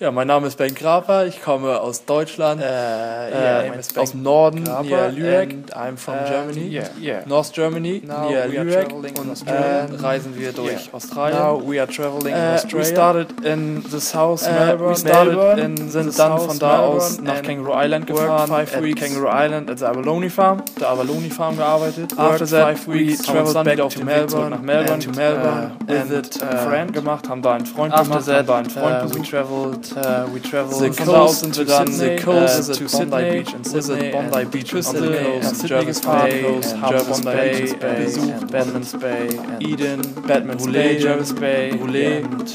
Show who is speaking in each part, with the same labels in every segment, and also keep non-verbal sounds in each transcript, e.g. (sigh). Speaker 1: Ja, mein Name ist Ben Graper, ich komme aus Deutschland,
Speaker 2: Uh, yeah,
Speaker 1: ähm,
Speaker 2: I'm Sven
Speaker 1: aus dem Norden,
Speaker 2: Graper
Speaker 1: near Lübeck.
Speaker 2: and,
Speaker 1: I'm from
Speaker 2: uh,
Speaker 1: Germany,
Speaker 2: Yeah, yeah.
Speaker 1: North Germany,
Speaker 2: Now
Speaker 1: near
Speaker 2: we are
Speaker 1: Lübeck.
Speaker 2: traveling in
Speaker 1: Und
Speaker 2: Australia.
Speaker 1: äh, reisen wir durch
Speaker 2: Yeah.
Speaker 1: Australien.
Speaker 2: Now we are traveling in
Speaker 1: Uh,
Speaker 2: Australia.
Speaker 1: we started in the South
Speaker 2: Uh, we
Speaker 1: Melbourne,
Speaker 2: started
Speaker 1: Melbourne,
Speaker 2: in the
Speaker 1: sind dann
Speaker 2: South
Speaker 1: von da aus
Speaker 2: Melbourne
Speaker 1: nach
Speaker 2: and
Speaker 1: Kangaroo Island
Speaker 2: worked
Speaker 1: gefahren,
Speaker 2: five
Speaker 1: at
Speaker 2: weeks.
Speaker 1: Kangaroo Island at the Abalone Farm, der Abalone Farm gearbeitet. After
Speaker 2: Worked
Speaker 1: that
Speaker 2: five
Speaker 1: we
Speaker 2: weeks,
Speaker 1: traveled
Speaker 2: dann
Speaker 1: back
Speaker 2: wieder
Speaker 1: to
Speaker 2: auf dem Weg zurück
Speaker 1: Melbourne,
Speaker 2: nach
Speaker 1: nach Melbourne,
Speaker 2: Melbourne
Speaker 1: to
Speaker 2: and,
Speaker 1: Melbourne
Speaker 2: uh,
Speaker 1: with
Speaker 2: and,
Speaker 1: a
Speaker 2: uh,
Speaker 1: friend gemacht, haben da einen Freund
Speaker 2: After
Speaker 1: gemacht, haben
Speaker 2: that,
Speaker 1: da einen Freund
Speaker 2: uh, we
Speaker 1: besucht.
Speaker 2: traveled. Uh, we traveled
Speaker 1: The
Speaker 2: von da aus
Speaker 1: coast
Speaker 2: sind
Speaker 1: to
Speaker 2: wir dann
Speaker 1: Sydney,
Speaker 2: uh,
Speaker 1: coast
Speaker 2: to
Speaker 1: to
Speaker 2: Sydney,
Speaker 1: Bondi Beach in
Speaker 2: visit
Speaker 1: Sydney
Speaker 2: Bondi
Speaker 1: and
Speaker 2: Beach
Speaker 1: on the
Speaker 2: Sydney,
Speaker 1: coast,
Speaker 2: and
Speaker 1: Jervis
Speaker 2: Jervis
Speaker 1: Bay,
Speaker 2: Bay,
Speaker 1: coast,
Speaker 2: and
Speaker 1: Jervis
Speaker 2: Bondi
Speaker 1: Bay,
Speaker 2: Beach
Speaker 1: Bay,
Speaker 2: besucht,
Speaker 1: and
Speaker 2: Batman's Bay, and
Speaker 1: Eden,
Speaker 2: Batman's Bay,
Speaker 1: Brule,
Speaker 2: Jervis Bay,
Speaker 1: Brule,
Speaker 2: and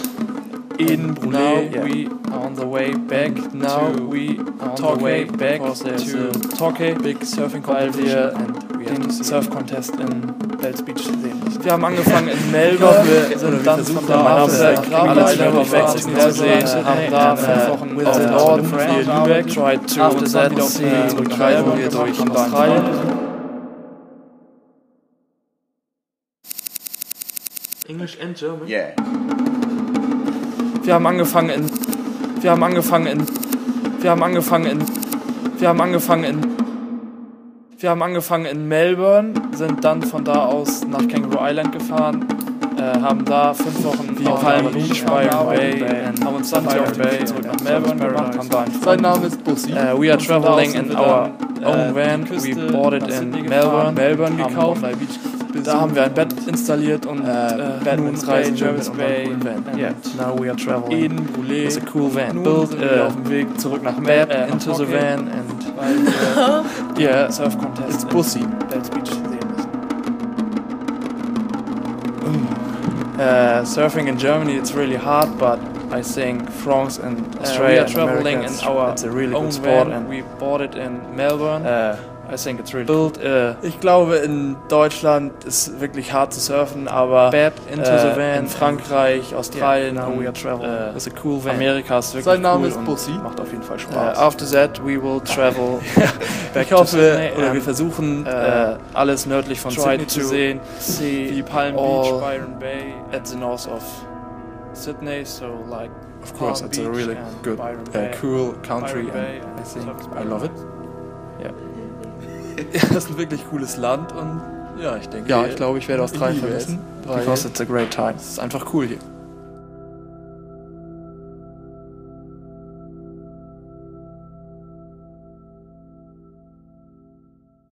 Speaker 1: Eden, Brule.
Speaker 2: Now
Speaker 1: yeah. Mm.
Speaker 2: we are on the way back.
Speaker 1: Now
Speaker 2: to
Speaker 1: we
Speaker 2: are on
Speaker 1: Torquay,
Speaker 2: the way back
Speaker 1: because there's
Speaker 2: to
Speaker 1: a
Speaker 2: Torquay,
Speaker 1: big surfing
Speaker 2: weil wir
Speaker 1: competition.
Speaker 2: and we have
Speaker 1: Den
Speaker 2: to see
Speaker 1: Surf Contest in
Speaker 2: Bells Beach sehen.
Speaker 1: Wir haben angefangen
Speaker 2: (laughs)
Speaker 1: in
Speaker 2: Ich glaube,
Speaker 1: Melbourne,
Speaker 2: wir
Speaker 1: sind
Speaker 2: sind
Speaker 1: dann
Speaker 2: dann
Speaker 1: von
Speaker 2: von
Speaker 1: da
Speaker 2: da
Speaker 1: aus
Speaker 2: aus
Speaker 1: nach
Speaker 2: nach
Speaker 1: Kangaroo
Speaker 2: Kangaroo
Speaker 1: Island auf
Speaker 2: Island
Speaker 1: Mexiko
Speaker 2: auf
Speaker 1: gesehen,
Speaker 2: Mexiko
Speaker 1: haben
Speaker 2: gesehen,
Speaker 1: da
Speaker 2: haben
Speaker 1: fünf
Speaker 2: da
Speaker 1: Wochen
Speaker 2: with
Speaker 1: auf
Speaker 2: the
Speaker 1: dem
Speaker 2: Norden
Speaker 1: Norden
Speaker 2: Friends
Speaker 1: via Lübeck,
Speaker 2: gearbeitet.
Speaker 1: tried to
Speaker 2: After
Speaker 1: und dann
Speaker 2: that
Speaker 1: wieder auf dem
Speaker 2: see
Speaker 1: Weg zurück
Speaker 2: we
Speaker 1: reisen wir
Speaker 2: traveled
Speaker 1: durch
Speaker 2: from
Speaker 1: Australien. English and German.
Speaker 3: Yeah.
Speaker 1: Wir haben angefangen in wir haben angefangen in wir haben angefangen in wir haben angefangen in wir haben angefangen in Melbourne, sind dann von da aus nach Kangaroo Island gefahren, äh, haben da fünf Wochen
Speaker 2: Wie Palm Beach,
Speaker 1: Byron
Speaker 2: Byron
Speaker 1: Bay,
Speaker 2: Bay,
Speaker 1: and haben uns dann
Speaker 2: Byron
Speaker 1: wieder auf den
Speaker 2: Bay
Speaker 1: Weg zurück
Speaker 2: and
Speaker 1: nach Melbourne gebracht,
Speaker 2: Surfers Paradise.
Speaker 1: haben da einen
Speaker 3: Sein
Speaker 1: Freund
Speaker 3: Name ist Bussi.
Speaker 1: Uh, we are traveling in our own
Speaker 2: äh,
Speaker 1: van.
Speaker 2: die
Speaker 1: We
Speaker 2: Küste
Speaker 1: bought it
Speaker 2: nach
Speaker 1: in
Speaker 2: Sydney
Speaker 1: Melbourne,
Speaker 2: gefahren,
Speaker 1: Melbourne
Speaker 2: haben
Speaker 1: gekauft.
Speaker 2: Bondi Beach besucht
Speaker 1: Da haben wir ein Bett
Speaker 2: und,
Speaker 1: installiert und
Speaker 2: äh,
Speaker 1: äh, nun
Speaker 2: Batman's Bay,
Speaker 1: reisen wir mit
Speaker 2: Jervis Bay,
Speaker 1: unserem coolen Van.
Speaker 2: and
Speaker 1: Yeah.
Speaker 2: now we are traveling.
Speaker 1: Eden Brule
Speaker 2: It's a cool van.
Speaker 1: built
Speaker 2: Nun sind wir
Speaker 1: uh,
Speaker 2: auf dem Weg zurück nach
Speaker 1: map
Speaker 2: Melbourne,
Speaker 1: into the van and
Speaker 2: weil wir
Speaker 1: yeah.
Speaker 2: Surf Contest
Speaker 3: It's Bussi.
Speaker 2: in Bells Beach sehen müssen.
Speaker 1: Uh, surfing in Germany it's really hard, but I think France and
Speaker 2: Uh, we
Speaker 1: Australia
Speaker 2: are
Speaker 1: and America,
Speaker 2: traveling in
Speaker 1: it's-
Speaker 2: our
Speaker 1: it's a really
Speaker 2: own
Speaker 1: good sport.
Speaker 2: van.
Speaker 1: And we bought it in Melbourne.
Speaker 2: Äh,
Speaker 1: I think it's really built. Uh, ich glaube in Deutschland ist wirklich hart zu surfen, aber
Speaker 2: Bad
Speaker 1: Uh, into
Speaker 2: äh,
Speaker 1: the van. In Frankreich, Australien,
Speaker 2: now we are traveling.
Speaker 1: äh,
Speaker 2: It's a cool van.
Speaker 1: Amerika ist wirklich
Speaker 3: Sein Name
Speaker 1: cool
Speaker 3: ist
Speaker 1: und
Speaker 3: Bussi.
Speaker 1: Macht auf jeden Fall
Speaker 2: Äh,
Speaker 1: Spaß.
Speaker 2: after that we will
Speaker 1: (laughs)
Speaker 2: travel back
Speaker 1: ich hoffe,
Speaker 2: to Sydney
Speaker 1: oder
Speaker 2: and
Speaker 1: wir versuchen
Speaker 2: äh,
Speaker 1: äh, alles nördlich von
Speaker 2: try
Speaker 1: Sydney
Speaker 2: to
Speaker 1: zu sehen,
Speaker 2: see
Speaker 1: wie Palm
Speaker 2: all
Speaker 1: Beach, Byron Bay, at the north of Sydney, so like
Speaker 3: Of course,
Speaker 1: Palm
Speaker 3: it's a
Speaker 1: Beach
Speaker 3: really
Speaker 1: and
Speaker 3: good,
Speaker 1: Byron
Speaker 3: uh,
Speaker 1: Bay.
Speaker 3: cool country,
Speaker 1: Byron Bay
Speaker 3: and
Speaker 1: and
Speaker 3: I think
Speaker 1: Surface
Speaker 3: I
Speaker 1: Bay.
Speaker 3: love it. (laughs)
Speaker 1: Ja.
Speaker 3: das ist ein wirklich cooles Land und ja, ich denke, ja, ich glaube, ich werde Australien vermissen, weil
Speaker 2: because it's a great time.
Speaker 3: es ist einfach cool hier.